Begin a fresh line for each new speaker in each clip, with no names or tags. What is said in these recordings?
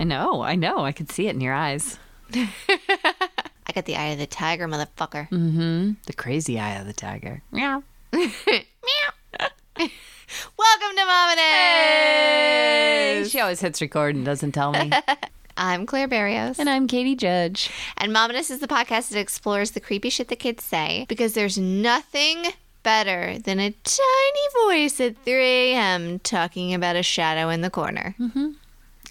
know, I know. I could see it in your eyes.
I got the eye of the tiger, motherfucker.
Mm. Mm-hmm. The crazy eye of the tiger. Yeah.
Welcome to Mama Day.
She always hits record and doesn't tell me.
I'm Claire Barrios.
and I'm Katie Judge.
And Mominous is the podcast that explores the creepy shit the kids say because there's nothing better than a tiny voice at 3 a.m. talking about a shadow in the corner.
Mm.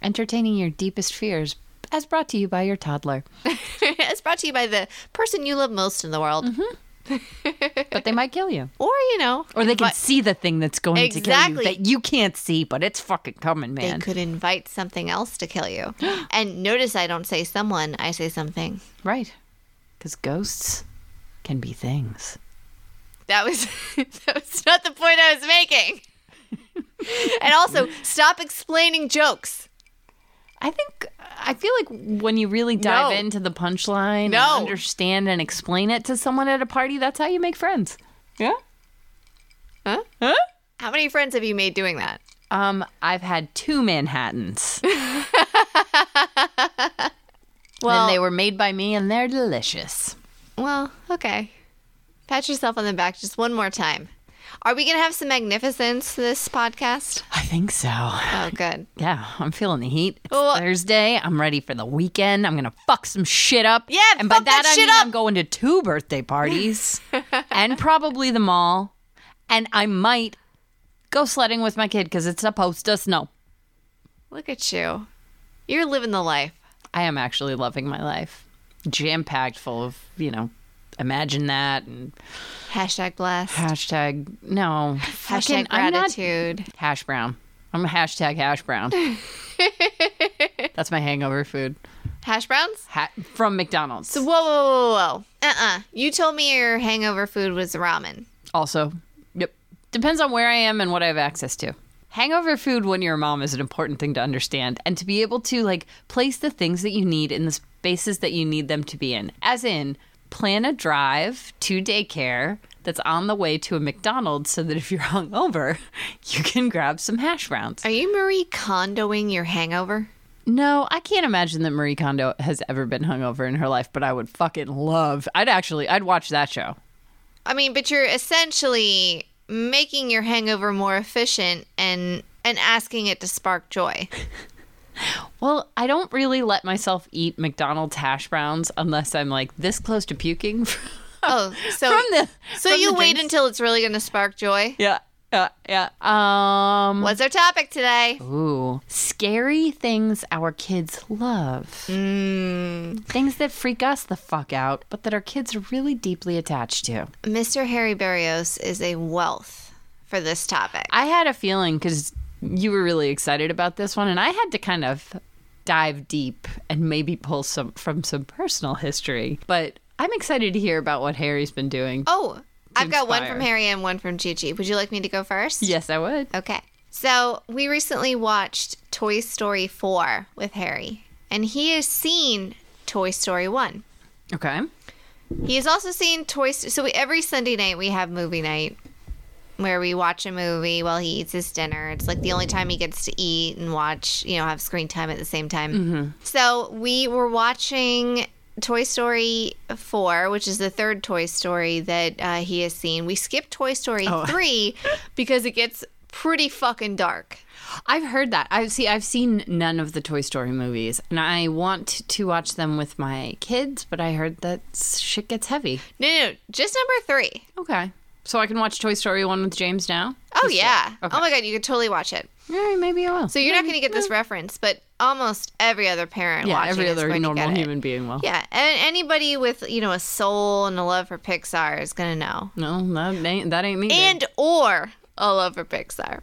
Entertaining your deepest fears as brought to you by your toddler.
it's brought to you by the person you love most in the world.
But they might kill you.
Or, you know,
Mm-hmm. Or they can
invi-
see the thing that's going to
Exactly.
kill you that you can't see, but it's fucking coming,
they
man.
could invite something else to kill you. and notice I don't say someone, I say something.
Right. Because ghosts can be things.
That was that was not the point I was making. and also, stop explaining jokes.
I think I feel like when you really dive
No.
into the punchline
No.
and understand and explain it to someone at a party, that's how you make friends. Yeah.
Huh?
Huh?
How many friends have you made doing that?
Um, I've had two Manhattans.
Well-
and they were made by me, and they're delicious.
Well, okay. Pat yourself on the back just one more time. Are we going to have some magnificence this podcast?
I think so.
Oh, good.
Yeah, I'm feeling the heat. It's
Well-
Thursday. I'm ready for the weekend. I'm gonna fuck some shit up.
Yeah,
and by
fuck that
I
shit
mean
up.
I'm going to two birthday parties, and probably the mall, and I might go sledding with my kid because it's supposed to snow.
Look at you. You're living the life.
I am actually loving my life, jam packed full of you know, imagine that and
Hashtag blessed.
hashtag no
Hashtag
Fucking- I'm not-
gratitude.
hash brown. I'm a hashtag hash brown. That's my hangover food
Hash browns?
ha- from McDonald's.
Whoa, whoa, whoa, whoa, whoa. Uh-uh. You told me your hangover food was ramen.
Also, yep. Depends on where I am and what I have access to. Hangover food when you're a mom is an important thing to understand and to be able to like place the things that you need in the spaces that you need them to be in. As in, plan a drive to daycare that's on the way to a McDonald's so that if you're hungover, you can grab some hash browns.
Are you Marie Kondoing your hangover?
No, I can't imagine that Marie Kondo has ever been hungover in her life, but I would fucking love. I'd actually I'd watch that show.
I mean, but you're essentially making your hangover more efficient and and asking it to spark joy.
Well, I don't really let myself eat McDonald's hash browns unless I'm like this close to puking from
Oh, so
the.
so
from
you
the
wait
drinks.
until it's really going to spark joy.
Yeah, yeah, yeah. Um.
What's our topic today?
Ooh, scary things our kids love. Things that freak us the fuck out, but that our kids are really deeply attached to.
Mr. Harry Barrios is a wealth for this topic.
I had a feeling because you were really excited about this one, and I had to kind of dive deep and maybe pull some from some personal history. But I'm excited to hear about what Harry's been doing.
Oh, I've got one
inspire.
from Harry and one from Gigi. Would you like me to go first?
Yes, I would.
Okay. So we recently watched Toy Story 4 with Harry, and he has seen Toy Story 1.
Okay.
He has also seen Toy Story. So we, every Sunday night we have movie night where we watch a movie while he eats his dinner. It's like the only time he gets to eat and watch, you know, have screen time at the same time. So we were watching Toy Story 4, which is the third Toy Story that uh, he has seen. We skipped Toy Story 3 because it gets pretty fucking dark.
I've heard that. I've see I've seen none of the Toy Story movies and I want to watch them with my kids, but I heard that shit gets heavy.
No, no, no, just number 3.
Okay. So I can watch Toy Story 1 with James now?
Oh, yeah. Oh, my God. You could totally watch it.
All right, maybe I will.
So you're not going to get this reference, but almost every other parent
yeah,
watching
every
is
other
going to
normal
get it.
human being will.
Yeah, and anybody with you know a soul and a love for Pixar is gonna know,
No, that ain't that ain't me. babe.
and or a love for Pixar.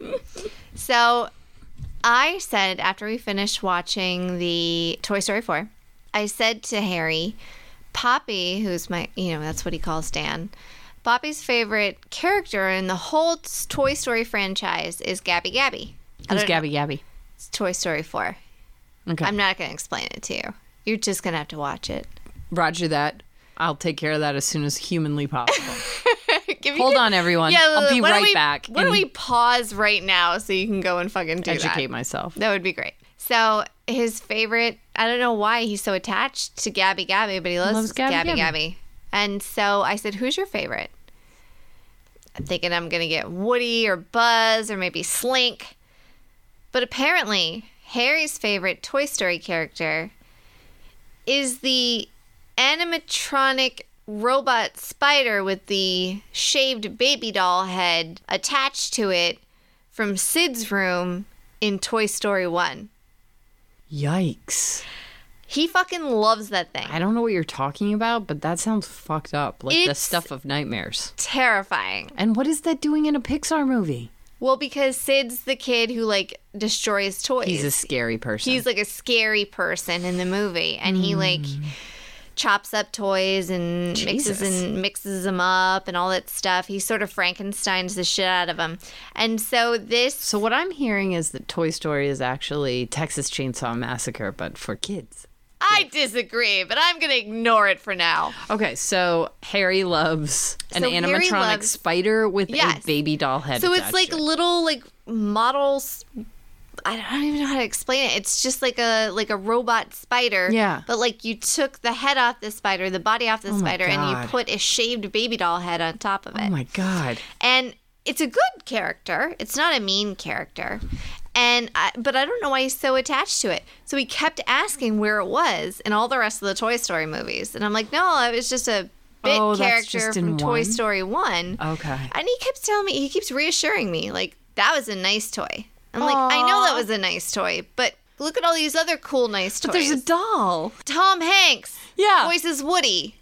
so, I said after we finished watching the Toy Story four, I said to Harry, Poppy, who's my you know that's what he calls Dan. Poppy's favorite character in the whole Toy Story franchise is Gabby Gabby.
Who's Gabby Gabby?
It's Toy Story 4.
Okay.
I'm not going to explain it to you. You're just going to have to watch it.
Roger that. I'll take care of that as soon as humanly possible.
If you
Hold
could-
on, everyone. I'll be
why don't
right
we-
back.
Why don't we pause right now so you can go and fucking do
educate
that?
myself?
That would be great. So his favorite. I don't know why he's so attached to Gabby Gabby, but he loves,
Loves Gabby
Gabby, Gabby
Gabby.
And so I said, "Who's your favorite?" I'm thinking I'm gonna get Woody or Buzz or maybe Slink, but apparently Harry's favorite Toy Story character is the animatronic robot spider with the shaved baby doll head attached to it from Sid's room in Toy Story 1.
Yikes.
He fucking loves that thing.
I don't know what you're talking about, but that sounds fucked up. Like the
It's-
stuff of nightmares.
Terrifying.
And what is that doing in a Pixar movie?
Well, because Sid's the kid who like destroys toys.
He's a scary person.
He's like a scary person in the movie, and he like chops up toys and mixes
Mm. Jesus.
and mixes them up and all that stuff. He sort of Frankenstein's the shit out of them. And so this,
so what I'm hearing is that Toy Story is actually Texas Chainsaw Massacre, but for kids.
I disagree, but I'm gonna ignore it for now.
Okay, so Harry loves an
So Harry
animatronic
loves-
spider with
Yes.
a baby doll head.
So it's
attached
like
to it.
little like models. I don't I don't even know how to explain it. It's just like a like a robot spider.
Yeah. Oh
But like you took the head off the spider, the body off the
my
spider, and
God.
you put a shaved baby doll head on top of it.
oh my god.
and it's a good character. It's not a mean character. And I, but I don't know why he's so attached to it. So he kept asking where it was in all the rest of the Toy Story movies, and I'm like, no, it was just a bit
Oh, that's
character
just in
from Toy
one?
Story One.
Okay.
And he keeps telling me, he keeps reassuring me, like, that was a nice toy. I'm like, I know that
Aw.
was a nice toy, but look at all these other cool, nice toys.
There's a doll.
Tom Hanks
Yeah.
voices Woody.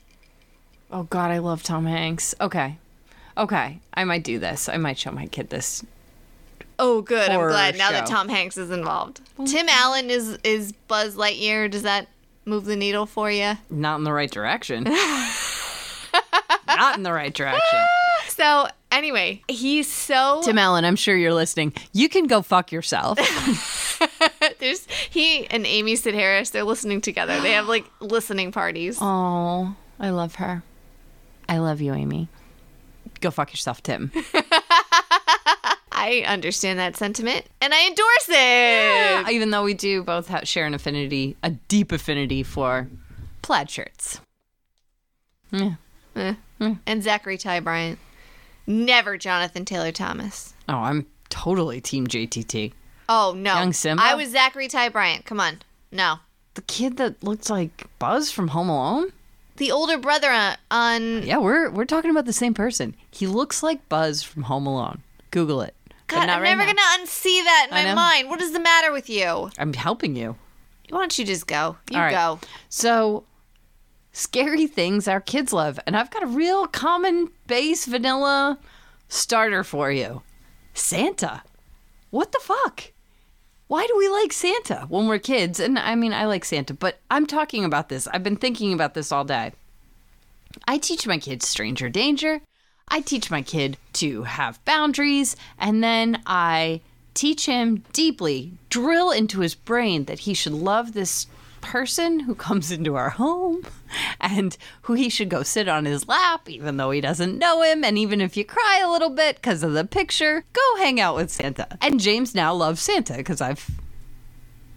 Oh God, I love Tom Hanks. Okay, okay, I might do this. I might show my kid this.
Oh, good.
Horror
I'm glad now that
show.
Tom Hanks is involved. Tim Allen is, is Buzz Lightyear. Does that move the needle for you?
Not in the right direction. Not in the right direction.
So, anyway, he's so.
Tim Allen, I'm sure you're listening. You can go fuck yourself.
There's he and Amy Sid Harris. They're listening together. They have like listening parties.
oh, I love her. I love you, Amy. Go fuck yourself, Tim.
I understand that sentiment, and I endorse it.
Uh, Even though we do both ha share an affinity, a deep affinity for plaid shirts. Yeah.
Eh. And Zachary Ty Bryant. Never Jonathan Taylor Thomas.
Oh, I'm totally team JTT.
Oh no.
Young Simba?
I was Zachary Ty Bryant. Come on. No.
The kid that looked like Buzz from Home Alone.
The older brother on, on
Yeah, we're we're talking about the same person. He looks like Buzz from Home Alone. Google it. But
God,
not
I'm
right
never
now.
gonna unsee that in
I
my
know.
mind. What is the matter with you?
I'm helping you.
Why don't you just go? You
All right.
go.
So scary things our kids love, and I've got a real common base vanilla starter for you. Santa. What the fuck? Why do we like Santa when we're kids? And I mean, I like Santa, but I'm talking about this. I've been thinking about this all day. I teach my kids stranger danger. I teach my kid to have boundaries. And then I teach him deeply, drill into his brain that he should love this person who comes into our home and who he should go sit on his lap, even though he doesn't know him. And even if you cry a little bit because of the picture, go hang out with Santa. And James now loves Santa because I've.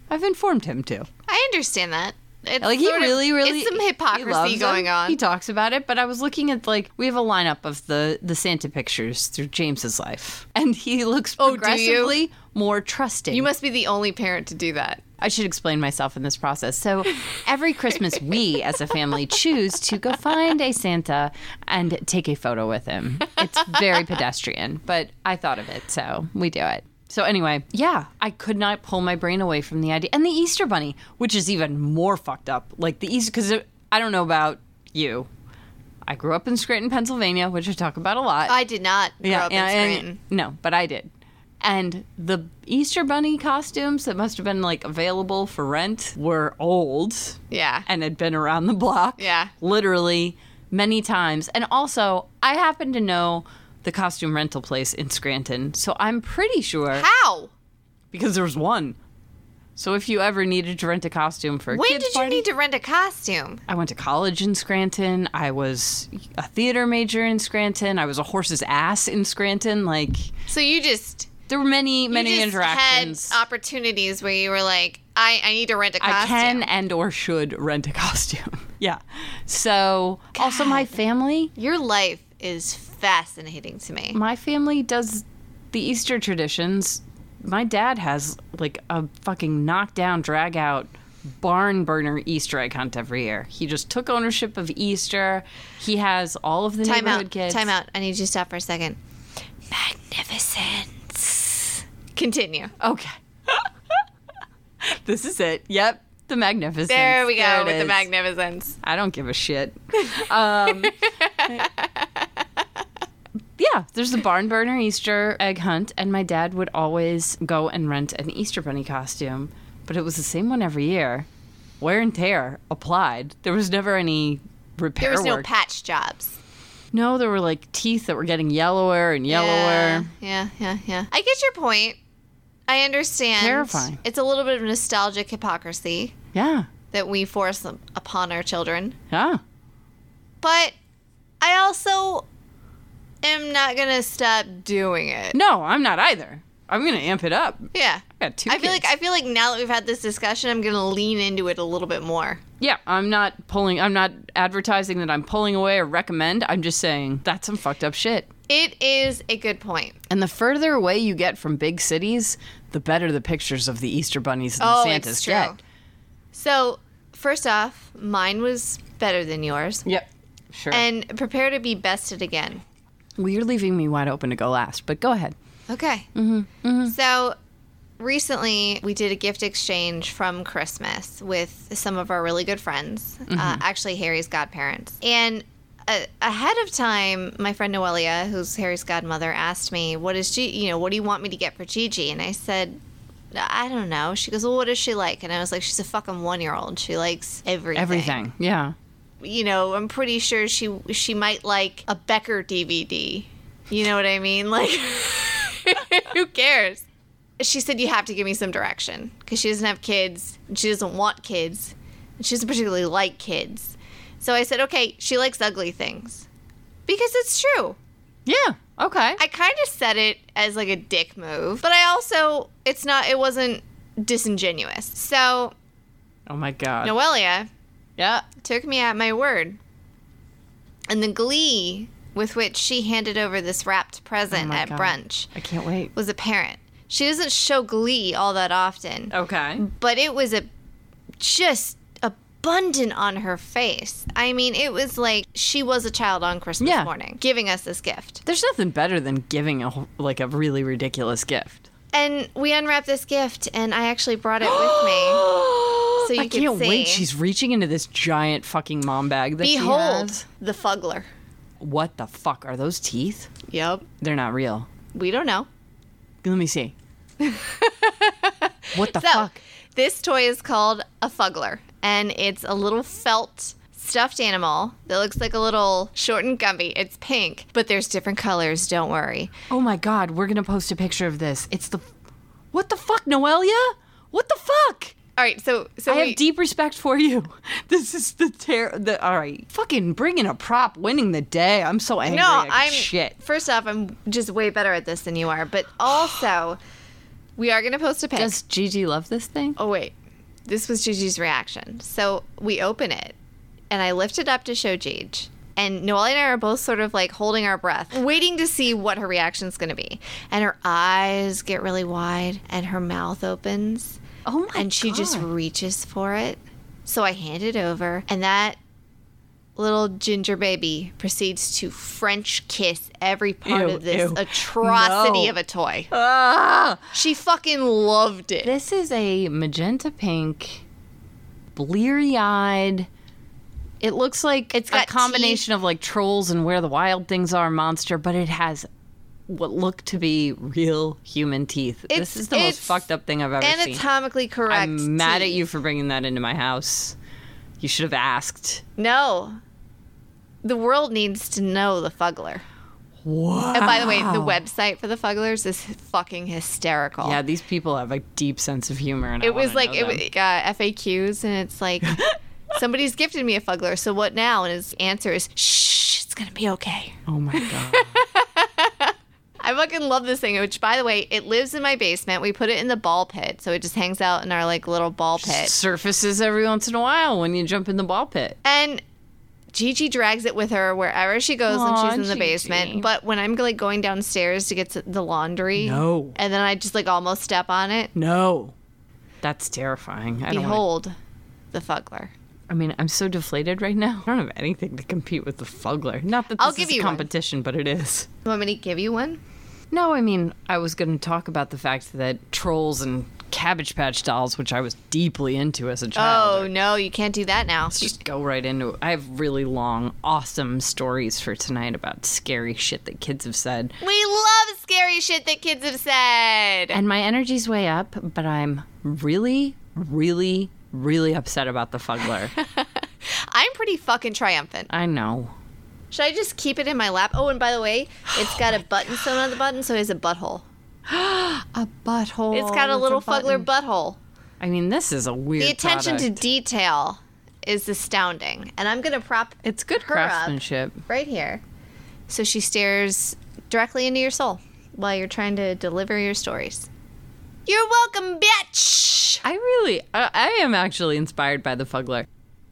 I've informed him too.
I understand that. It's
Like he
sort of-
really, really
it's some
he loves
hypocrisy
him.
going on.
He talks about it, but I was looking at like we have a lineup of the the Santa pictures through James's life, and he looks
Oh, do you?
progressively more trusting.
you must be the only parent to do that.
I should explain myself in this process. So every Christmas, we as a family choose to go find a Santa and take a photo with him. It's very pedestrian, but I thought of it, so we do it. So anyway, yeah, I could not pull my brain away from the idea, and the Easter Bunny, which is even more fucked up. Like the Easter, because I don't know about you. I grew up in Scranton, Pennsylvania, which I talk about a lot
I did not grow up in
and-
Scranton.
no, but I did. And the Easter Bunny costumes that must have been like available for rent were old
yeah.
and had been around the block.
Yeah.
Literally many times. And also, I happen to know the costume rental place in Scranton. So I'm pretty sure
How?
because there was one. So if you ever needed to rent a costume for a
When
kid's
did you
party,
need to rent a costume?
I went to college in Scranton. I was a theater major in Scranton. I was a horse's ass in Scranton. Like
So you just
there were many many
you just uh,
interactions
had opportunities where you were like I, I need to rent a costume.
I can and or should rent a costume. yeah. So also my family,
Your life is fascinating to me.
my family does the Easter traditions. My dad has like a fucking knockdown drag out barn burner Easter egg hunt every year. He just took ownership of Easter. He has all of the
Time
neighborhood
out.
kids.
Time out. I need you to stop for a second. Magnificence. Continue.
Okay. this is it. Yep. The magnificence.
There we go
it
with the
is.
magnificence.
I don't give a shit. Um, yeah, there's the barn burner Easter egg hunt, and my dad would always go and rent an Easter bunny costume, but it was the same one every year. Wear and tear applied. There was never any repair
There was no
work.
patch jobs.
no, there were like teeth that were getting yellower and yellower.
Yeah, yeah, yeah. I get your point. I understand.
Terrifying.
It's a little bit of nostalgic hypocrisy
Yeah,
that we force them upon our children.
yeah.
But I also am not going to stop doing it.
No, I'm not either. I'm gonna amp it up.
Yeah.
I got two.
I feel like
kids.
I feel like now that we've had this discussion, I'm going to lean into it a little bit more.
Yeah, I'm not pulling. I'm not advertising that I'm pulling away or recommend. I'm just saying that's some fucked up shit.
It is a good point.
And the further away you get from big cities, the better the pictures of the Easter bunnies and the Santas get.
Oh, So, first off, mine was better than yours.
Yep, sure.
And prepare to be bested again.
well, you're leaving me wide open to go last, but go ahead.
Okay. So, recently we did a gift exchange from Christmas with some of our really good friends, uh, actually, Harry's godparents. And uh, ahead of time, my friend Noelia, who's Harry's godmother, asked me, What is G- you know, what do you want me to get for Gigi? And I said, I don't know. She goes, Well, what is she like? And I was like, She's a fucking one year old. She likes everything.
Everything. Yeah.
you know, I'm pretty sure she she might like a Becker DVD. You know what I mean? Like, who cares? She said you have to give me some direction because she doesn't have kids, and she doesn't want kids, and she doesn't particularly like kids. So I said, okay, she likes ugly things because it's true.
Yeah. Okay.
I kind of said it as like a dick move, but I also it's not it wasn't disingenuous. So
oh my God.
Noelia,
Yeah.
took me at my word. And the glee with which she handed over this wrapped present
Oh my
at
God.
brunch
I can't wait.
was apparent. She doesn't show glee all that often,
Okay.
but it was a just abundant on her face. I mean, it was like she was a child on Christmas
Yeah.
morning giving us this gift.
There's nothing better than giving a wh- like a really ridiculous gift.
And we unwrapped this gift and I actually brought it with me. So you
I
could
can't wait.
see.
She's reaching into this giant fucking mom bag that she
Behold
has.
the fuggler.
What the fuck are those teeth?
Yep.
They're not real.
We don't know.
Let me see. what the
So,
fuck?
this toy is called a fuggler, and it's a little felt stuffed animal that looks like a little shortened gumby. It's pink, but there's different colors, don't worry.
Oh my god, we're gonna post a picture of this. It's the what the fuck, Noelia? What the fuck?
All right, so so
I have
we-
deep respect for you. This is the tear. The all right, fucking bringing a prop, winning the day. I'm so angry.
No,
at
I'm
shit.
First off, I'm just way better at this than you are, but also we are going to post a pic.
Does Gigi love this thing?
oh wait. This was Gigi's reaction. So we open it and I lift it up to show Gigi. And Noelle and I are both sort of like holding our breath, waiting to see what her reaction's gonna be. And her eyes get really wide and her mouth opens
Oh my
and she just
God.
reaches for it. So I hand it over and that little ginger baby proceeds to French kiss every part
Ew,
of this
ew.
atrocity
No.
of a toy.
Ah!
She fucking loved it.
This is a magenta pink, bleary eyed. It looks like
It's
it's
got
a combination of like trolls and where the wild things are monster, but it has what look to be real human teeth.
It's-
this is the most
it's
fucked up thing I've ever seen.
Anatomically correct.
I'm mad at
teeth.
you for bringing that into my house. You should have asked.
No. The world needs to know the Fuggler.
What?
And by the way, the website for the Fugglers is fucking hysterical.
Yeah, these people have a deep sense of humor, and I
Oh. it was
wanna
like
know
it was,
them.
uh, FAQs, and it's like somebody's gifted me a Fuggler, so what now? And his answer is, "Shh, it's gonna be okay."
Oh my god.
I fucking love this thing, which by the way, it lives in my basement. We put it in the ball pit, so it just hangs out in our like little ball pit.
Surfaces every once in a while when you jump in the ball pit.
And Gigi drags it with her wherever she goes when
Aw,
she's in the
Gigi.
basement. But when I'm like going downstairs to get to the laundry,
No.
and then I just like almost step on it.
No. That's terrifying. I don't wanna-
Behold, the fuggler.
I mean, I'm so deflated right now. I don't have anything to compete with the Fuggler. Not that this
I'll
is
give
a
you one.
competition, but it is.
You want me to give you one?
No, I mean, I was going to talk about the fact that trolls and Cabbage Patch dolls, which I was deeply into as a child,
Oh no, you can't do that now.
let's just go right into it. I have really long, awesome stories for tonight about scary shit that kids have said.
We love scary shit that kids have said.
And my energy's way up, but I'm really, really, really upset about the Fuggler.
I'm pretty fucking triumphant.
I know.
Should I just keep it in my lap? Oh, and by the way, it's got
Oh
a button sewn on the button, so it has a butthole.
A butthole.
It's got a little fuggler butthole.
I mean, this is a weird.
The attention
product.
to detail is astounding. And I'm going to prop
It's good
her up.
craftsmanship.
right here. So she stares directly into your soul while you're trying to deliver your stories. You're welcome, bitch!
I really, I, I am actually inspired by the Fuggler.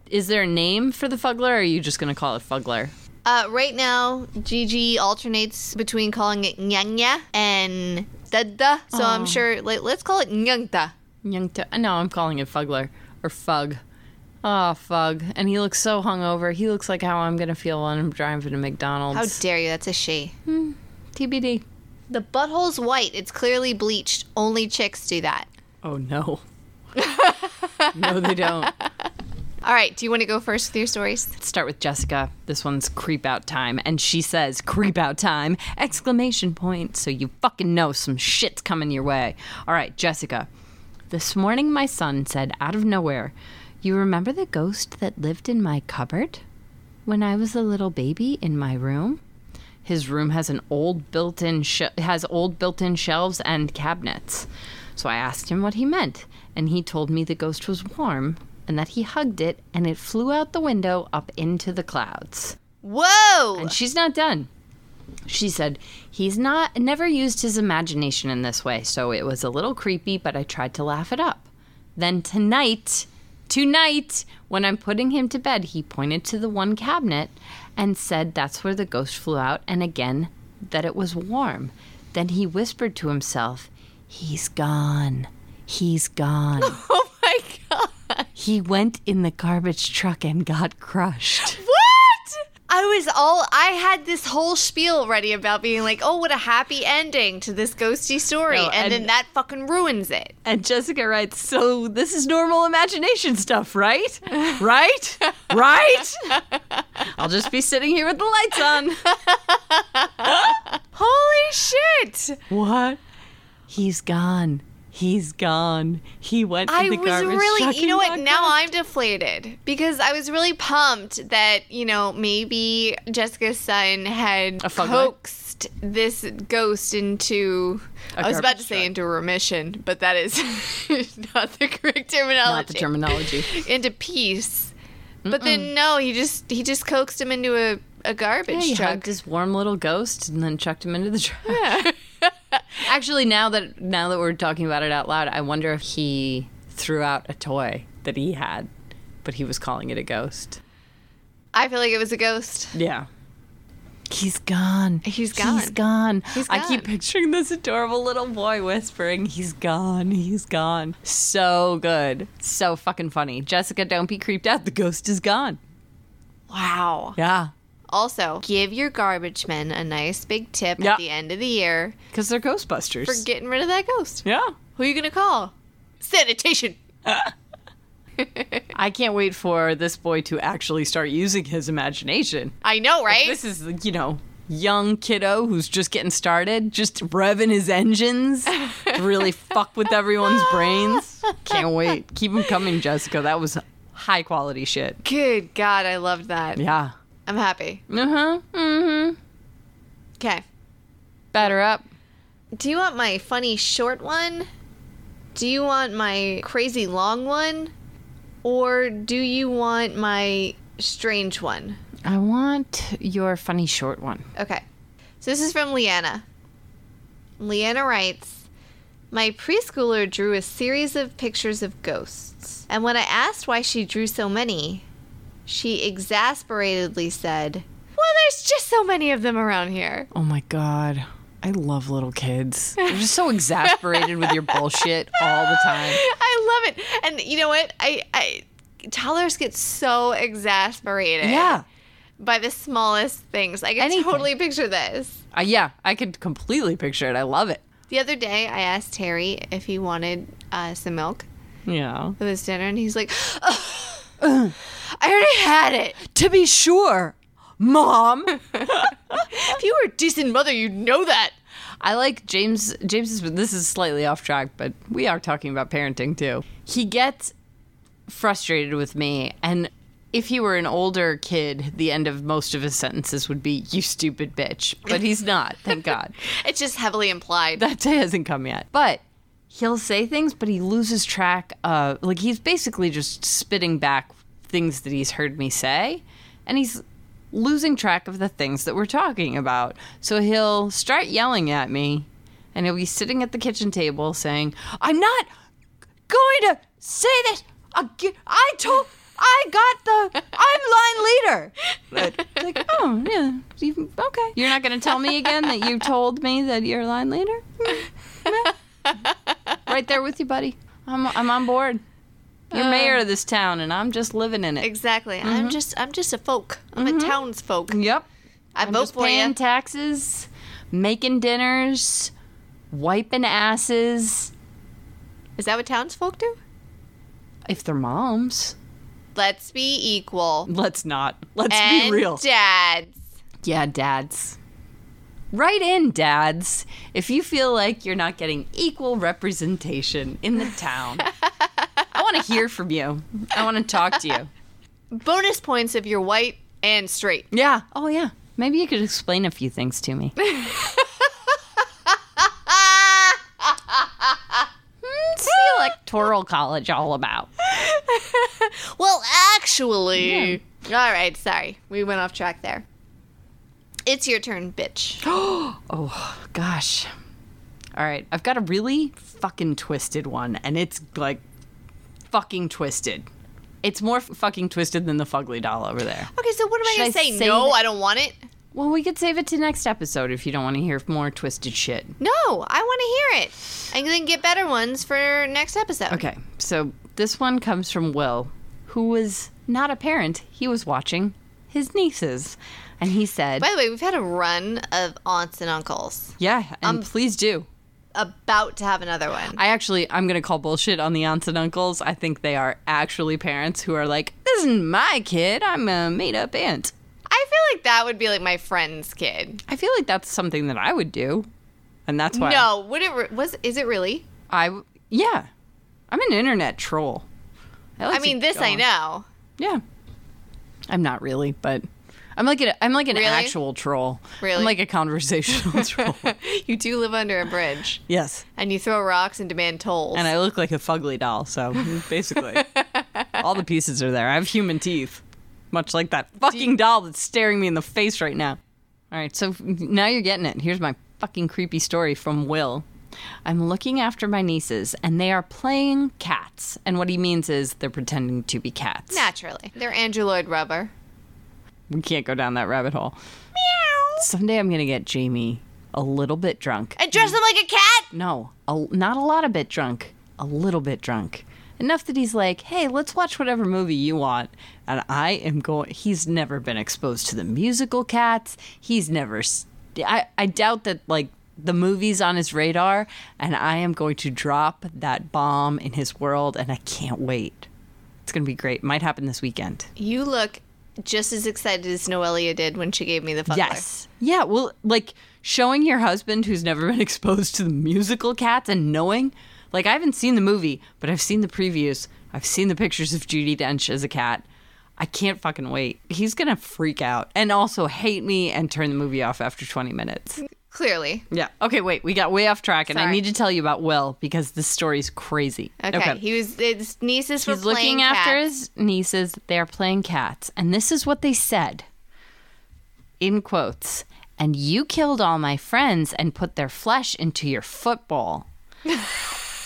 Is there a name for the Fuggler, or are you just going to call it Fuggler?
Uh, right now, Gigi alternates between calling it nyanya and dada. So I'm sure, like, let's call it nyangda.
Youngta? No, I'm calling it Fuggler or Fug. Oh, Fug. And he looks so hungover. He looks like how I'm going to feel when I'm driving to McDonald's.
How dare you? That's a she.
TBD.
The butthole's white. It's clearly bleached. Only chicks do that.
Oh, no. no, they don't.
All right. Do you want to go first with your stories?
Let's start with Jessica. This one's creep out time. And she says, creep out time! Exclamation point. So you fucking know some shit's coming your way. All right, Jessica. This morning, my son said out of nowhere, You remember the ghost that lived in my cupboard? When I was a little baby in my room? His room has an old built-in sh- has old built-in shelves and cabinets. So I asked him what he meant, and he told me the ghost was warm and that he hugged it and it flew out the window up into the clouds.
Whoa!
And she's not done. She said, "He's not never used his imagination in this way, so it was a little creepy, but I tried to laugh it up." Then tonight, tonight, when I'm putting him to bed, he pointed to the one cabinet and said that's where the ghost flew out and again that it was warm. Then he whispered to himself, "He's gone. He's gone."
Oh my god!
he went in the garbage truck and got crushed.
What? I was all I had this whole spiel ready about being like, oh, what a happy ending to this ghosty story,
No,
and,
and-
then that fucking ruins it.
And Jessica writes, "So this is normal imagination stuff, right? Right? Right? I'll just be sitting here with the lights on."
Holy shit!
What? He's gone. He's gone. He went to
I
the
was
garbage truck
really, you
and
know what?
got
Now
caught.
I'm deflated because I was really pumped that you know maybe Jessica's son had
fuggler?
coaxed this ghost into.
A
I was about
garbage
to say into remission, but that is not the correct terminology.
not the terminology.
into peace. But then no, he just he just coaxed him into a, a garbage
He hugged
truck.
his warm little ghost and then chucked him into the trash. Actually, now that now that we're talking about it out loud, I wonder if he threw out a toy that he had, but he was calling it a ghost.
I feel like it was a ghost.
Yeah. He's gone.
He's
He's
gone.
gone.
He's
I keep
gone.
picturing this adorable little boy whispering, "He's gone. He's gone." So good. So fucking funny. Jessica, don't be creeped out. The ghost is gone.
Wow.
Yeah.
Also, give your garbage men a nice big tip
Yeah.
at the end of the year
Cuz they're ghostbusters.
for getting rid of that ghost.
yeah.
Who are you gonna call? Sanitation.
I can't wait for this boy to actually start using his imagination.
I know, right?
This is, you know, young kiddo who's just getting started, just revving his engines to really fuck with everyone's brains. Can't wait. Keep them coming, Jessica. That was high quality shit.
Good God, I loved that.
Yeah.
I'm happy.
Uh huh. Mm hmm.
Okay.
Batter up.
Do you want my funny short one? Do you want my crazy long one? Or do you want my strange one?
I want your funny short one.
Okay. So this is from Leanna. Leanna writes, My preschooler drew a series of pictures of ghosts. And when I asked why she drew so many, she exasperatedly said, Well, there's just so many of them around here.
Oh my god. I love little kids. I'm just so exasperated with your bullshit all the time.
I love it. And you know what? I, I toddlers get so exasperated
Yeah.
by the smallest things. I can
Anything.
totally picture this.
Uh, yeah, I could completely picture it. I love it.
The other day, I asked Terry if he wanted uh, some milk
Yeah.
with his dinner, and he's like, "Ugh, I already had it.
To be sure, mom.
If you were a decent mother, you'd know that.
I like James. James is. This is slightly off track, but we are talking about parenting too. He gets frustrated with me, and if he were an older kid, the end of most of his sentences would be "you stupid bitch," but he's not. Thank God.
It's just heavily implied.
That day hasn't come yet, but. He'll say things, but he loses track of like he's basically just spitting back things that he's heard me say, and he's losing track of the things that we're talking about. So he'll start yelling at me, and he'll be sitting at the kitchen table saying, "I'm not going to say that again. I told, I got the, I'm line leader." But it's like, oh yeah, you- okay. You're not going to tell me again that you told me that you're line leader. Mm, yeah. Right there with you, buddy. I'm I'm on board.
Uh,
You're mayor of this town, and I'm just living in it.
exactly.
Mm-hmm.
I'm just, I'm just a folk. I'm a townsfolk.
Yep.
I
Mm-hmm. I'm
vote
just
for
paying
you.
taxes, making dinners, wiping asses.
Is that what townsfolk do?
If they're moms,
Let's be equal.
let's not. Let's
and
be real.
dads.
yeah, dads. Right in, dads. If you feel like you're not getting equal representation in the town, I want to hear from you. I want to talk to you.
Bonus points if you're white and straight.
Yeah. Oh, yeah. Maybe you could explain a few things to me. Hmm, What's the electoral college all about?
Well, actually. All right, sorry. We went off track there. It's your turn, bitch.
Oh, gosh. All right. I've got a really fucking twisted one, and it's like fucking twisted. It's more f- fucking twisted than the fugly doll over there.
Okay, so what am I
Should
going
I
to say?
say
No,
that-
I don't want it.
Well, we could save it to next episode if you don't want to hear more twisted shit.
No, I want to hear it. I can get better ones for next episode.
Okay. So this one comes from Will, who was not a parent. He was watching his nieces. And he said,
By the way, we've had a run of aunts and uncles.
Yeah,
Um,
and please do.
About to have another one.
I actually, I'm going to call bullshit on the aunts and uncles. I think they are actually parents who are like, this isn't my kid. I'm a made up aunt.
I feel like that would be like my friend's kid.
I feel like that's something that I would do. And that's why.
No, would it re- was is it really?
I, w- yeah. I'm an internet troll. like
I
to
mean, this
go
I
on-
know.
Yeah. I'm not really, but I'm like, a, I'm like an
Really?
actual troll.
Really?
I'm like a conversational troll.
you do live under a bridge
Yes.
and you throw rocks and demand tolls.
And I look like a fugly doll, so basically, all the pieces are there. I have human teeth, much like that fucking doll that's staring me in the face right now. All right, so now you're getting it. Here's my fucking creepy story from Will. I'm looking after my nieces, and they are playing cats. And what he means is they're pretending to be cats.
Naturally. They're Andrew Lloyd Webber.
We can't go down that rabbit hole. Someday I'm going to get Jamie a little bit drunk.
And dress them like a cat?
No, a, not a lot of bit drunk, a little bit drunk. Enough that he's like, hey, let's watch whatever movie you want. And I am going, he's never been exposed to the musical cats. He's never, s- I, I doubt that like the movie's on his radar. And I am going to drop that bomb in his world. And I can't wait. It's going to be great. Might happen this weekend.
You look just as excited as Noelia did when she gave me the fuckler.
Yes. Yeah. Well, like showing your husband who's never been exposed to the musical cats and knowing, like, I haven't seen the movie, but I've seen the previews. I've seen the pictures of Judy Dench as a cat. I can't fucking wait. He's going to freak out and also hate me and turn the movie off after 20 minutes.
Clearly.
Yeah. Okay, wait. We got way off track, and I
Sorry.
need to tell you about Will because this story's crazy.
Okay. He was his nieces were
He's looking
playing
after
cats.
his nieces. They are playing cats. And this is what they said in quotes and you killed all my friends and put their flesh into your football.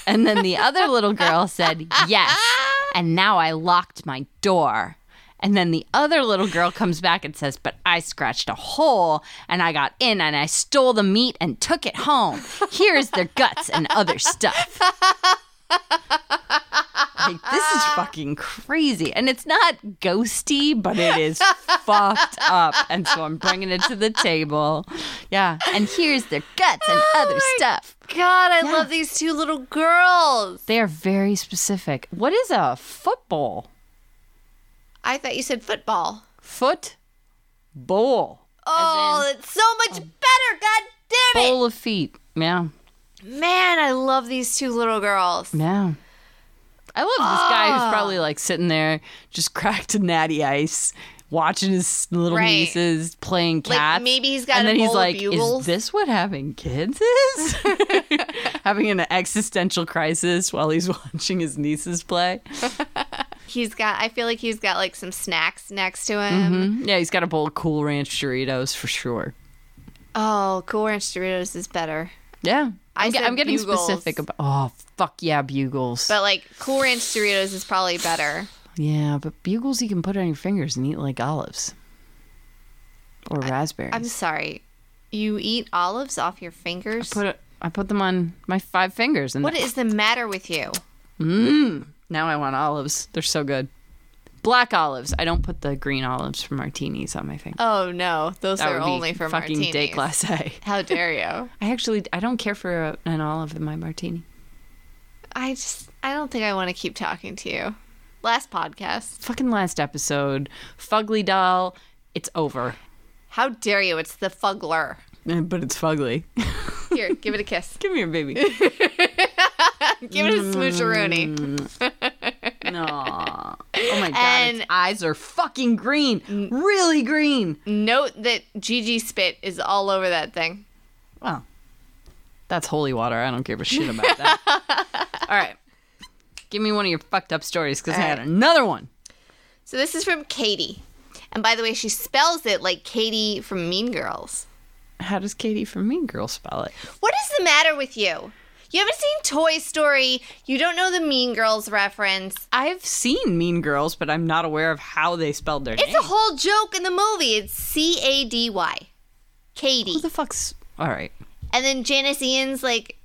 and then the other little girl said, Yes. And now I locked my door. And then the other little girl comes back and says, But I scratched a hole and I got in and I stole the meat and took it home. Here's their guts and other stuff. Like, this is fucking crazy. And it's not ghosty, but it is fucked up. And so I'm bringing it to the table. Yeah. And here's their guts and other stuff.
Oh God, I love these two little girls.
They are very specific. What is a football?
I thought you said football.
Foot bowl.
Oh, it's so much better. God damn it.
Bowl of feet. Yeah.
Man, I love these two little girls.
Yeah. I love this guy who's probably like sitting there just cracked to natty ice, watching his little
Right.
nieces playing
Like,
cats.
maybe he's got
and
a
then he's
bowl of
like,
bugles."
"Is this what having kids is?" having an existential crisis while he's watching his nieces play.
He's got, I feel like he's got like some snacks next to him.
Mhm. Yeah, he's got a bowl of Cool Ranch Doritos for sure.
Oh, Cool Ranch Doritos is better.
Yeah,
I
I'm, ge-
said
I'm getting
Bugles.
specific about. Oh fuck yeah, bugles.
But like Cool Ranch Doritos is probably better.
yeah, but bugles you can put on your fingers and eat like olives or raspberries.
I'm sorry. You eat olives off your fingers?
put it, I put them on my five fingers, and
what is the matter with you?
mm, now I want olives. They're so good. Black olives. I don't put the green olives from martinis on my fingers.
Oh no, those
that
are
would be
only for
fucking
martinis.
day class A.
How dare you?
I actually I don't care for a, an olive in my martini.
I just I don't think I want to keep talking to you. Last podcast.
Fucking last episode, Fugly doll. It's over,
How dare you? It's the fuggler.
Eh, but it's fugly.
Here, give it a kiss.
Give me your baby.
Give it a
Mm.
smoocheroonie.
No. Oh my god,
And-
its eyes are fucking green, really green.
Note that Gigi spit is all over that thing.
Well, that's holy water. I don't give a shit about that. All right. Give me one of your fucked up stories because I had
right.
another one.
So this is from Katie. And by the way, she spells it like Katie from Mean Girls.
How does Katie from Mean Girl spell it?
What is the matter with you? You haven't seen Toy Story. You don't know the Mean Girls reference.
I've seen Mean Girls, but I'm not aware of how they spelled their
It's
name.
a whole joke in the movie. It's C A D Y.
Who
Katie.
the fuck's. All right.
And then Janice Ian's like,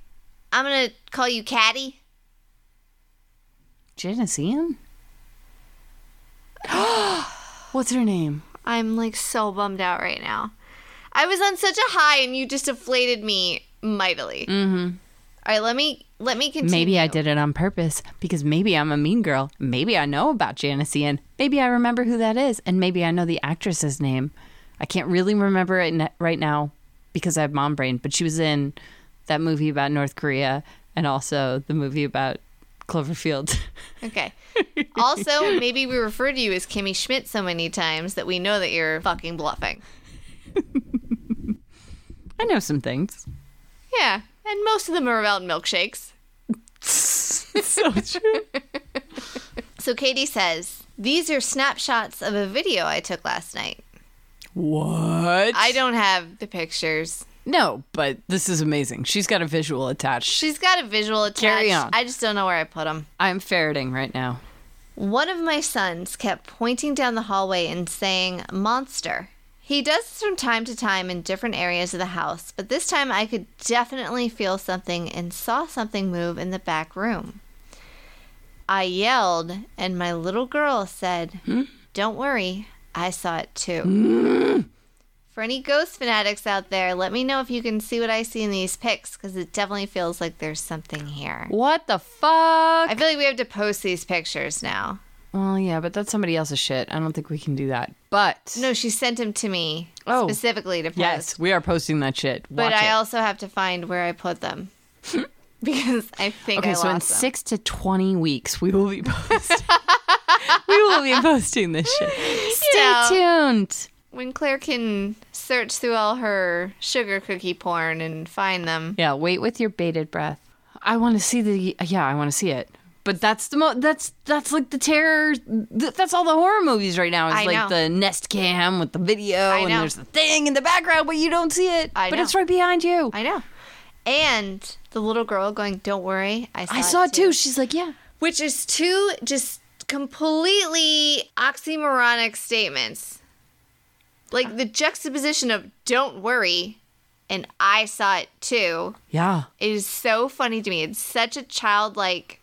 I'm going to call you Caddy.
Janice Ian? What's her name?
I'm like so bummed out right now. I was on such a high and you just deflated me mightily. Mm-hmm. right, let me let me continue.
Maybe I did it on purpose because maybe I'm a mean girl. Maybe I know about Janice Ian. Maybe I remember who that is. And maybe I know the actress's name. I can't really remember it n- right now because I have mom brain, but she was in that movie about North Korea and also the movie about Cloverfield.
Okay. Also, maybe we refer to you as Kimmy Schmidt so many times that we know that you're fucking bluffing.
I know some things.
Yeah, and most of them are about milkshakes.
so true.
So Katie says, These are snapshots of a video I took last night.
What?
I don't have the pictures.
no, but this is amazing. She's got a visual attached.
She's got a visual attached.
Carry on.
I just don't know where I put them.
I'm ferreting right now.
One of my sons kept pointing down the hallway and saying, Monster. He does this from time to time in different areas of the house, but this time I could definitely feel something and saw something move in the back room. I yelled, and my little girl said, Don't worry, I saw it too. For any ghost fanatics out there, let me know if you can see what I see in these pics, because it definitely feels like there's something here.
What the fuck?
I feel like we have to post these pictures now.
Well, yeah, but that's somebody else's shit. I don't think we can do that. But
No, she sent him to me
Oh.
specifically to post.
yes, we are posting that shit.
but
Watch
I
it.
also have to find where I put them because I think
okay.
I
so in
lost them.
six to twenty weeks, we will be posting. we will be posting this shit. Stay
know.
tuned.
when Claire can search through all her sugar cookie porn and find them.
Yeah, wait with your bated breath. I want to see the. Yeah, I want to see it. But that's the mo- that's that's like the terror. Th- that's all the horror movies right now. It's
I
like
know.
the Nest Cam with the video, and
know.
there's the thing in the background, but you don't see it.
I
but
know.
it's right behind you. I,
I know. And the little girl going, "Don't worry, I saw,
saw it too. She's like, yeah,
Which is two just completely oxymoronic statements. Like the juxtaposition of "Don't worry" and "I saw it too."
yeah.
is so funny to me. It's such a childlike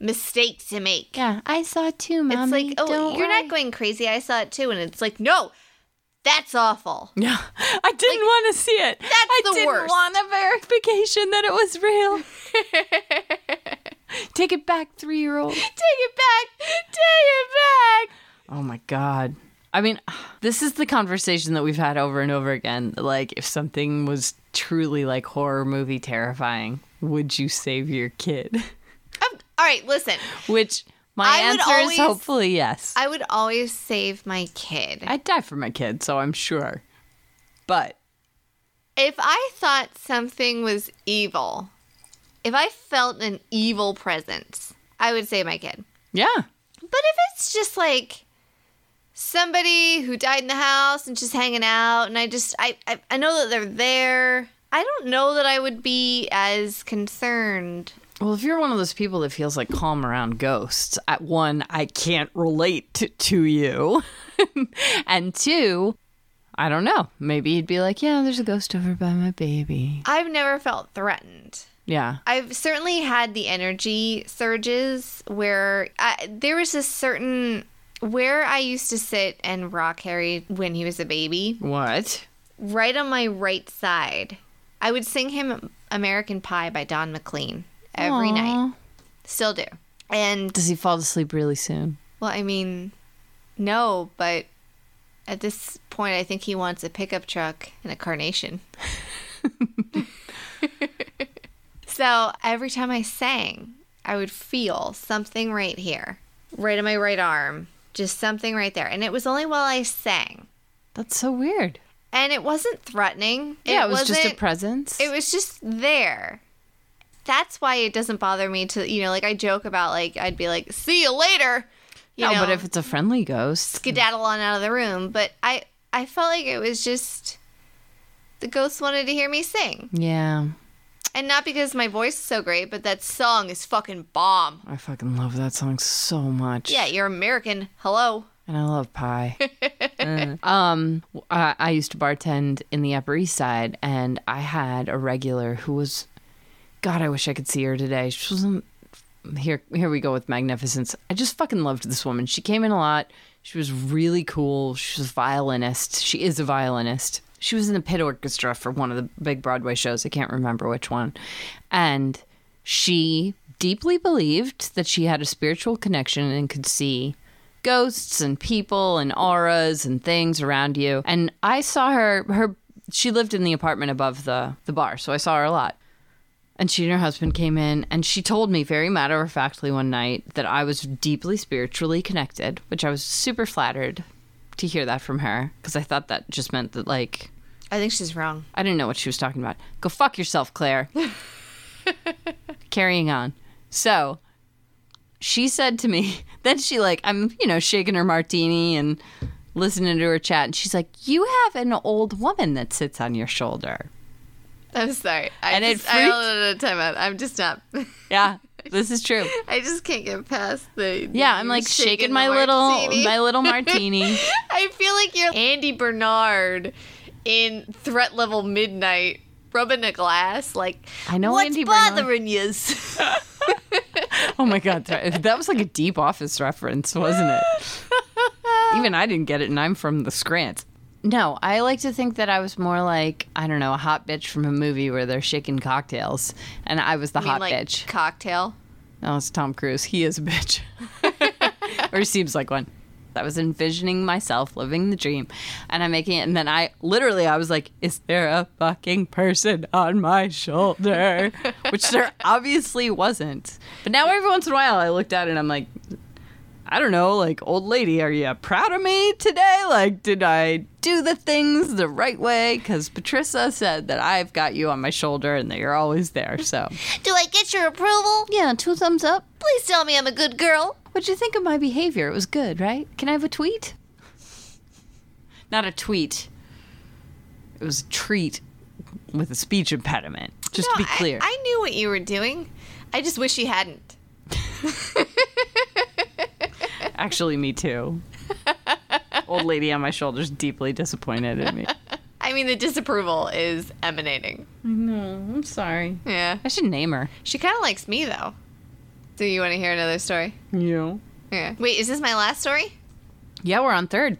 mistake to make.
Yeah, I saw it too, mommy.
It's like, oh, you're not going crazy. I saw it too, and it's like, no, that's awful.
Yeah, I didn't want to see it. That's I
the
didn't
worst.
want a verification that it was real. Take it back, three-year-old.
Take it back. Take it back.
Oh my god. I mean, this is the conversation that we've had over and over again. Like, if something was truly like horror movie terrifying, would you save your kid?
Um, all right, listen.
Which my
I would
answer
always-
is hopefully yes.
I would always save my kid.
I'd die for my kid, so I'm sure. But
If I thought something was evil, if I felt an evil presence, I would save my kid.
yeah,
But if it's just like somebody who died in the house and just hanging out, and I just I I, I know that they're there. I don't know that I would be as concerned.
Well, if you're one of those people that feels like calm around ghosts, at one, I can't relate t- to you. and two, I don't know. Maybe you'd be like, yeah, there's a ghost over by my baby.
I've never felt threatened.
Yeah.
I've certainly had the energy surges where I, there was a certain where I used to sit and rock Harry when he was a baby,
What?
right on my right side. I would sing him American Pie by Don McLean every
Aw.
night. Still do. And
Does he fall asleep really soon?
well, I mean, no, but at this point, I think he wants a pickup truck and a carnation. so every time I sang, I would feel something right here, right on my right arm, just something right there. And it was only while I sang.
That's so weird.
And it wasn't threatening.
yeah, it was just a
wasn't-
presence.
it was just there. That's why it doesn't bother me to, you know, like I joke about, like, I'd be like, see you later. You
no,
know,
but if it's a friendly ghost,
skedaddle on out of the room. But I, I felt like it was just the ghost wanted to hear me sing.
yeah,
And not because my voice is so great, but that song is fucking bomb.
I fucking love that song so much.
Yeah, you're American. Hello.
and I love pie. Uh, um, I, I used to bartend in the Upper East Side, and I had a regular who was, God, I wish I could see her today. She wasn't here. Here we go with magnificence. I just fucking loved this woman. She came in a lot. She was really cool. She was a violinist. She is a violinist. She was in the pit orchestra for one of the big Broadway shows. I can't remember which one, and she deeply believed that she had a spiritual connection and could see ghosts and people and auras and things around you. And I saw her her she lived in the apartment above the the bar, so I saw her a lot. And she and her husband came in and she told me very matter of factly one night that I was deeply spiritually connected, which I was super flattered to hear that from her because I thought that just meant that like
I think she's wrong.
I didn't know what she was talking about. Go fuck yourself, Claire. Carrying on. So she said to me, then she like, I'm, you know, shaking her martini and listening to her chat. And she's like, You have an old woman that sits on your shoulder.
I'm sorry. I
And it
just, I
freaked-
don't know. Time out. I'm just not.
Yeah, this is true.
I just can't get past the.
Yeah, I'm like shaking, my
the
little
martini.
my little martini.
I feel like you're Andy Bernard in Threat Level Midnight, rubbing a glass. Like
I know
what's
Andy Bernard.
bothering you?
Oh my god, that that was like a deep office reference, wasn't it? Even I didn't get it, and I'm from the Scrant. No, I like to think that I was more like I don't know a hot bitch from a movie where they're shaking cocktails, and I was the hot bitch.
cocktail.
No, it's Tom Cruise. He is a bitch, or he seems like one. I was envisioning myself living the dream, and I'm making it. And then I literally, I was like, "Is there a fucking person on my shoulder?" Which there obviously wasn't. But now every once in a while, I looked at it and I'm like, I don't know, like, old lady, are you proud of me today? Like, did I do the things the right way? Because Patricia said that I've got you on my shoulder and that you're always there. So,
Do I get your approval?
yeah, two thumbs up.
Please tell me I'm a good girl.
What'd you think of my behavior? It was good, right? Can I have a tweet? Not a tweet. It was a treat with a speech impediment. Just to
No,
be
I-
clear.
I, knew what you were doing. I just wish you hadn't.
Actually, me too. Old lady on my shoulders, deeply disappointed in me.
I mean, the disapproval is emanating.
No, I'm sorry.
Yeah.
I should name her.
She kind of likes me, though. Do you want to hear another story?
You?
Yeah. Wait, is this my last story?
Yeah, we're on third.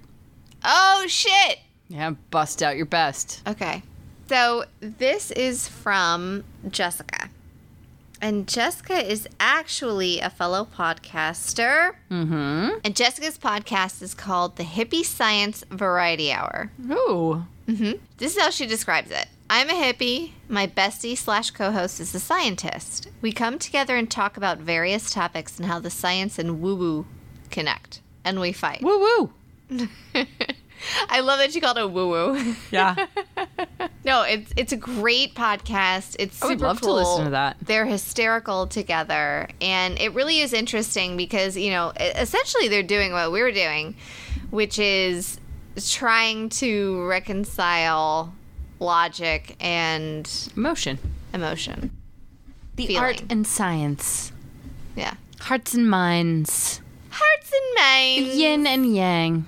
Oh, shit.
Yeah, bust out your best.
Okay. So this is from Jessica. And Jessica is actually a fellow podcaster.
Mm
And Jessica's podcast is called the Hippie Science Variety Hour.
hmm. Ooh.
hmm This is how she describes it. I'm a hippie. My bestie slash co host is a scientist. We come together and talk about various topics and how the science and woo woo connect. And we fight.
Woo woo.
I love that she called it woo woo.
Yeah.
No, it's it's a great podcast. It's super
I would love to
cool.
listen to that.
They're hysterical together, and it really is interesting because you know, e- essentially, they're doing what we're doing, which is trying to reconcile logic and
Emotion.
emotion.
The
Feeling.
art and science.
Yeah,
Hearts and minds.
hearts and minds.
Yin and yang.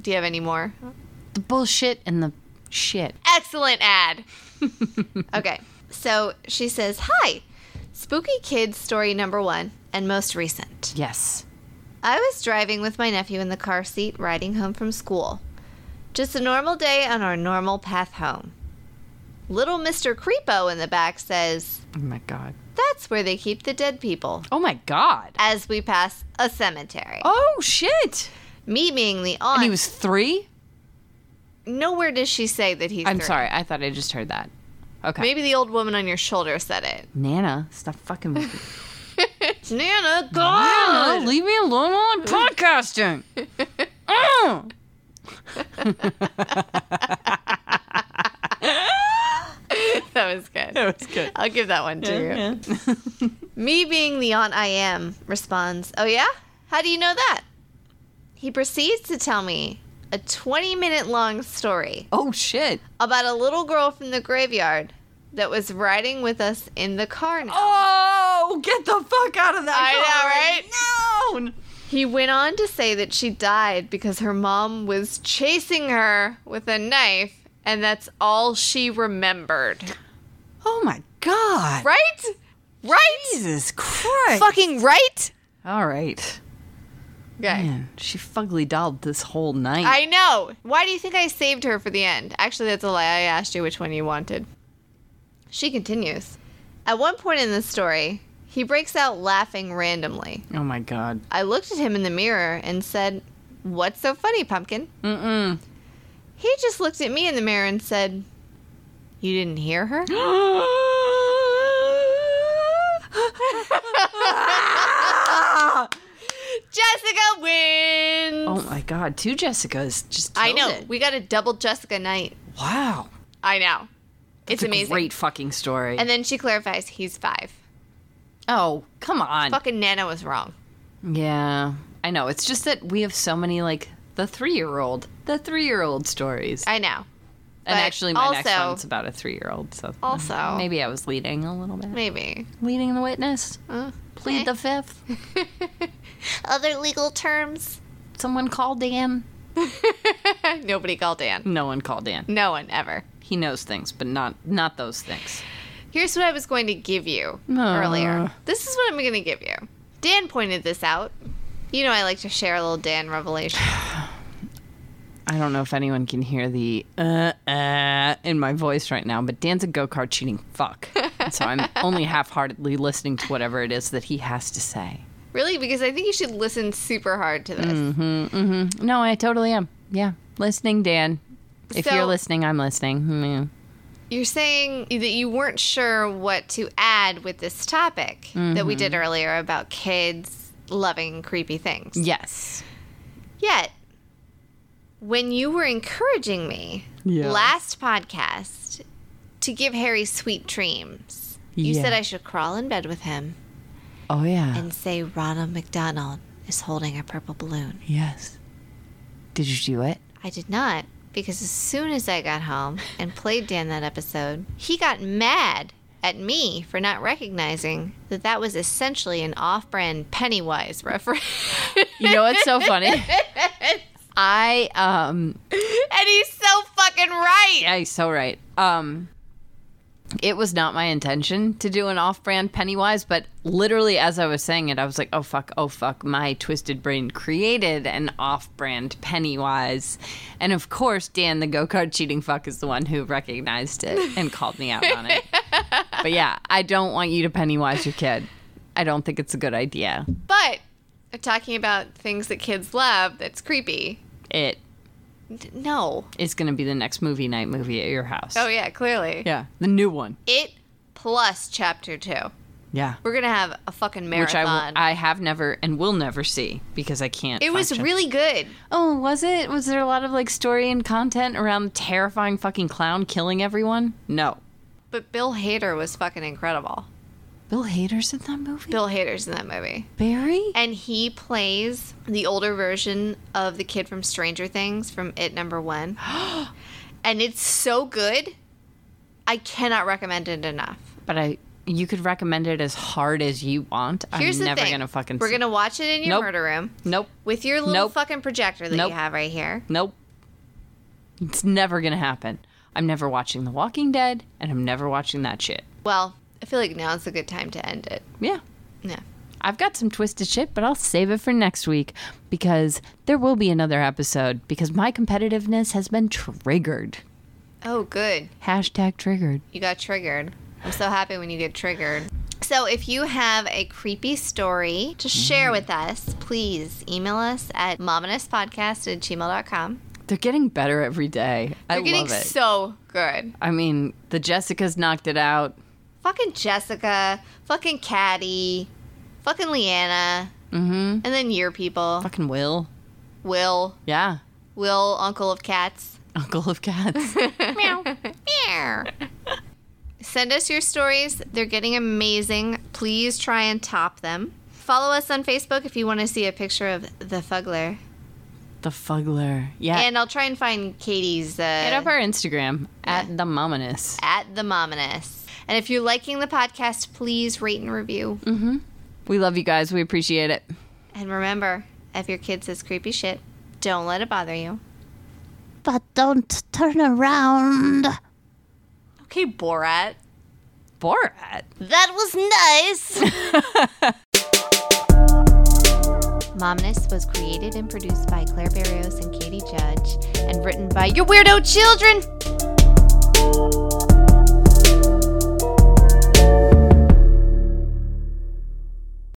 Do you have any more?
The bullshit and the shit.
Excellent ad. okay. So she says, "Hi, spooky kids story number one and most recent."
Yes.
I was driving with my nephew in the car seat riding home from school. Just a normal day on our normal path home. Little Mr. Creepo in the back says,
Oh my god.
That's where they keep the dead people,
Oh my god.
as we pass a cemetery.
Oh shit.
Me being the aunt.
And he was three?
nowhere does she say that he's
I'm
three.
sorry. I thought I just heard that. Okay.
Maybe the old woman on your shoulder said it.
Nana, stop fucking with me.
Nana,
Nana,
God!
Ah, leave me alone while I'm podcasting. Mm.
that was good.
That was good.
I'll give that one to you. Me being the aunt I am responds, Oh, yeah? How do you know that? He proceeds to tell me a 20 minute long story
oh shit.
about a little girl from the graveyard that was riding with us in the car now.
Oh, get the fuck out of
I
know, right? No.
He went on to say that she died because her mom was chasing her with a knife, and that's all she remembered.
Oh my god.
Right? Right?
Jesus Christ.
Fucking right?
All right.
Okay.
Man, she fugly dolled this whole night.
I know. Why do you think I saved her for the end? Actually, that's a lie. I asked you which one you wanted. She continues. At one point in this story, he breaks out laughing randomly.
oh my god.
I looked at him in the mirror and said, What's so funny, pumpkin?
Mm
He just looked at me in the mirror and said, You didn't hear her?
mm.
Jessica wins!
Oh my god, two Jessicas just
I know.
killed it.
We got a double Jessica night.
Wow.
I know. it's
a
amazing.
Great fucking story.
And then she clarifies, He's five.
oh, come on.
Fucking Nana was wrong.
Yeah. I know. It's just that we have so many like the 3-year-old, the 3-year-old stories.
I know.
and
but
actually my next
also- Oh.
one's about a 3-year-old, so
Also-
maybe I was leading a little bit.
Maybe.
Leading the witness.
Uh,
Plead the fifth.
Other legal terms?
Someone call Dan.
Nobody called Dan.
No one called Dan.
No one ever.
He knows things, but not not those things.
Here's what I was going to give you
Uh.
earlier. This is what I'm going to give you. Dan pointed this out. You know, I like to share a little Dan revelation.
I don't know if anyone can hear the uh uh in my voice right now, but Dan's a go kart cheating fuck. so I'm only half heartedly listening to whatever it is that he has to say.
really? Because I think you should listen super hard to this.
Mm. Mm-hmm, No, I totally am. Yeah. Listening, Dan. If
So-
you're listening, I'm listening. Mm, yeah.
You're saying that you weren't sure what to add with this topic that we did earlier about kids loving creepy things.
Yes.
Yet, when you were encouraging me
Yeah.
last podcast to give Harry sweet dreams, you
Yeah.
said I should crawl in bed with him
Oh yeah.
and say Ronald McDonald is holding a purple balloon.
yes. Did you do it?
I did not, because as soon as I got home and played Dan that episode, he got mad at me for not recognizing that that was essentially an off brand Pennywise reference.
You know what's so funny? I um
and he's so fucking right.
yeah, you're so right. Um it was not my intention to do an off-brand Pennywise, but literally as I was saying it, I was like, "Oh fuck, oh fuck!" My twisted brain created an off-brand Pennywise, and of course, Dan the go-kart cheating fuck is the one who recognized it and called me out on it. but yeah, I don't want you to Pennywise your kid. I don't think it's a good idea.
But I'm talking about things that kids love that's creepy.
It
D- No.
is going to be the next movie night movie at your house.
Oh, yeah, clearly.
Yeah, the new one.
It plus chapter two.
Yeah.
We're going to have a fucking
Which I,
marathon.
will, I have never and will never see because I can't.
it was
function.
really good.
Oh, was it? Was there a lot of like story and content around the terrifying fucking clown killing everyone? No.
But Bill Hader was fucking incredible.
Bill Hader's in that movie?
Bill Hader's in that movie.
Barry?
And he plays the older version of the kid from Stranger Things from It Number One. and it's so good. I cannot recommend it enough.
But I. You could recommend it as hard as you want.
Here's the
I'm never
thing.
gonna fucking.
We're
see-
gonna watch it in your
Nope.
murder room
Nope.
with your little
Nope.
fucking projector that
Nope.
you have right here.
Nope. It's never gonna happen. I'm never watching The Walking Dead, and I'm never watching that shit.
Well, I feel like now's a good time to end it.
Yeah.
Yeah.
I've got some twisted shit, but I'll save it for next week because there will be another episode because my competitiveness has been triggered.
Oh, good.
Hashtag triggered.
You got triggered. I'm so happy when you get triggered. So, if you have a creepy story to share
Mm.
with us, plenis email us at mominouspodcast at gmail.com.
They're getting better every day. I
You're getting
love it.
so good.
I mean, the Jessicas knocked it out.
Fucking Jessica, fucking Caddy, fucking Leanna,
Mm-hmm.
and then your people.
Fucking Will.
Will,
Yeah.
Will, uncle of cats.
Uncle of cats.
Meow. Meow. Send us your stories. They're getting amazing. Please try and top them. Follow us on Facebook if you want to see a picture of the Fuggler.
the Fuggler. Yeah.
And I'll try and find Katie's uh,
Hit up our Instagram at the Mominous.
at the Mominous. And if you're liking the podcast, please rate and review.
We love you guys. We appreciate it.
And remember, if your kid says creepy shit, don't let it bother you.
but don't turn around.
Okay, Borat.
Borat.
That was nice.
Momness was created and produced by Claire Barrios and Katie Judge and written by your weirdo children.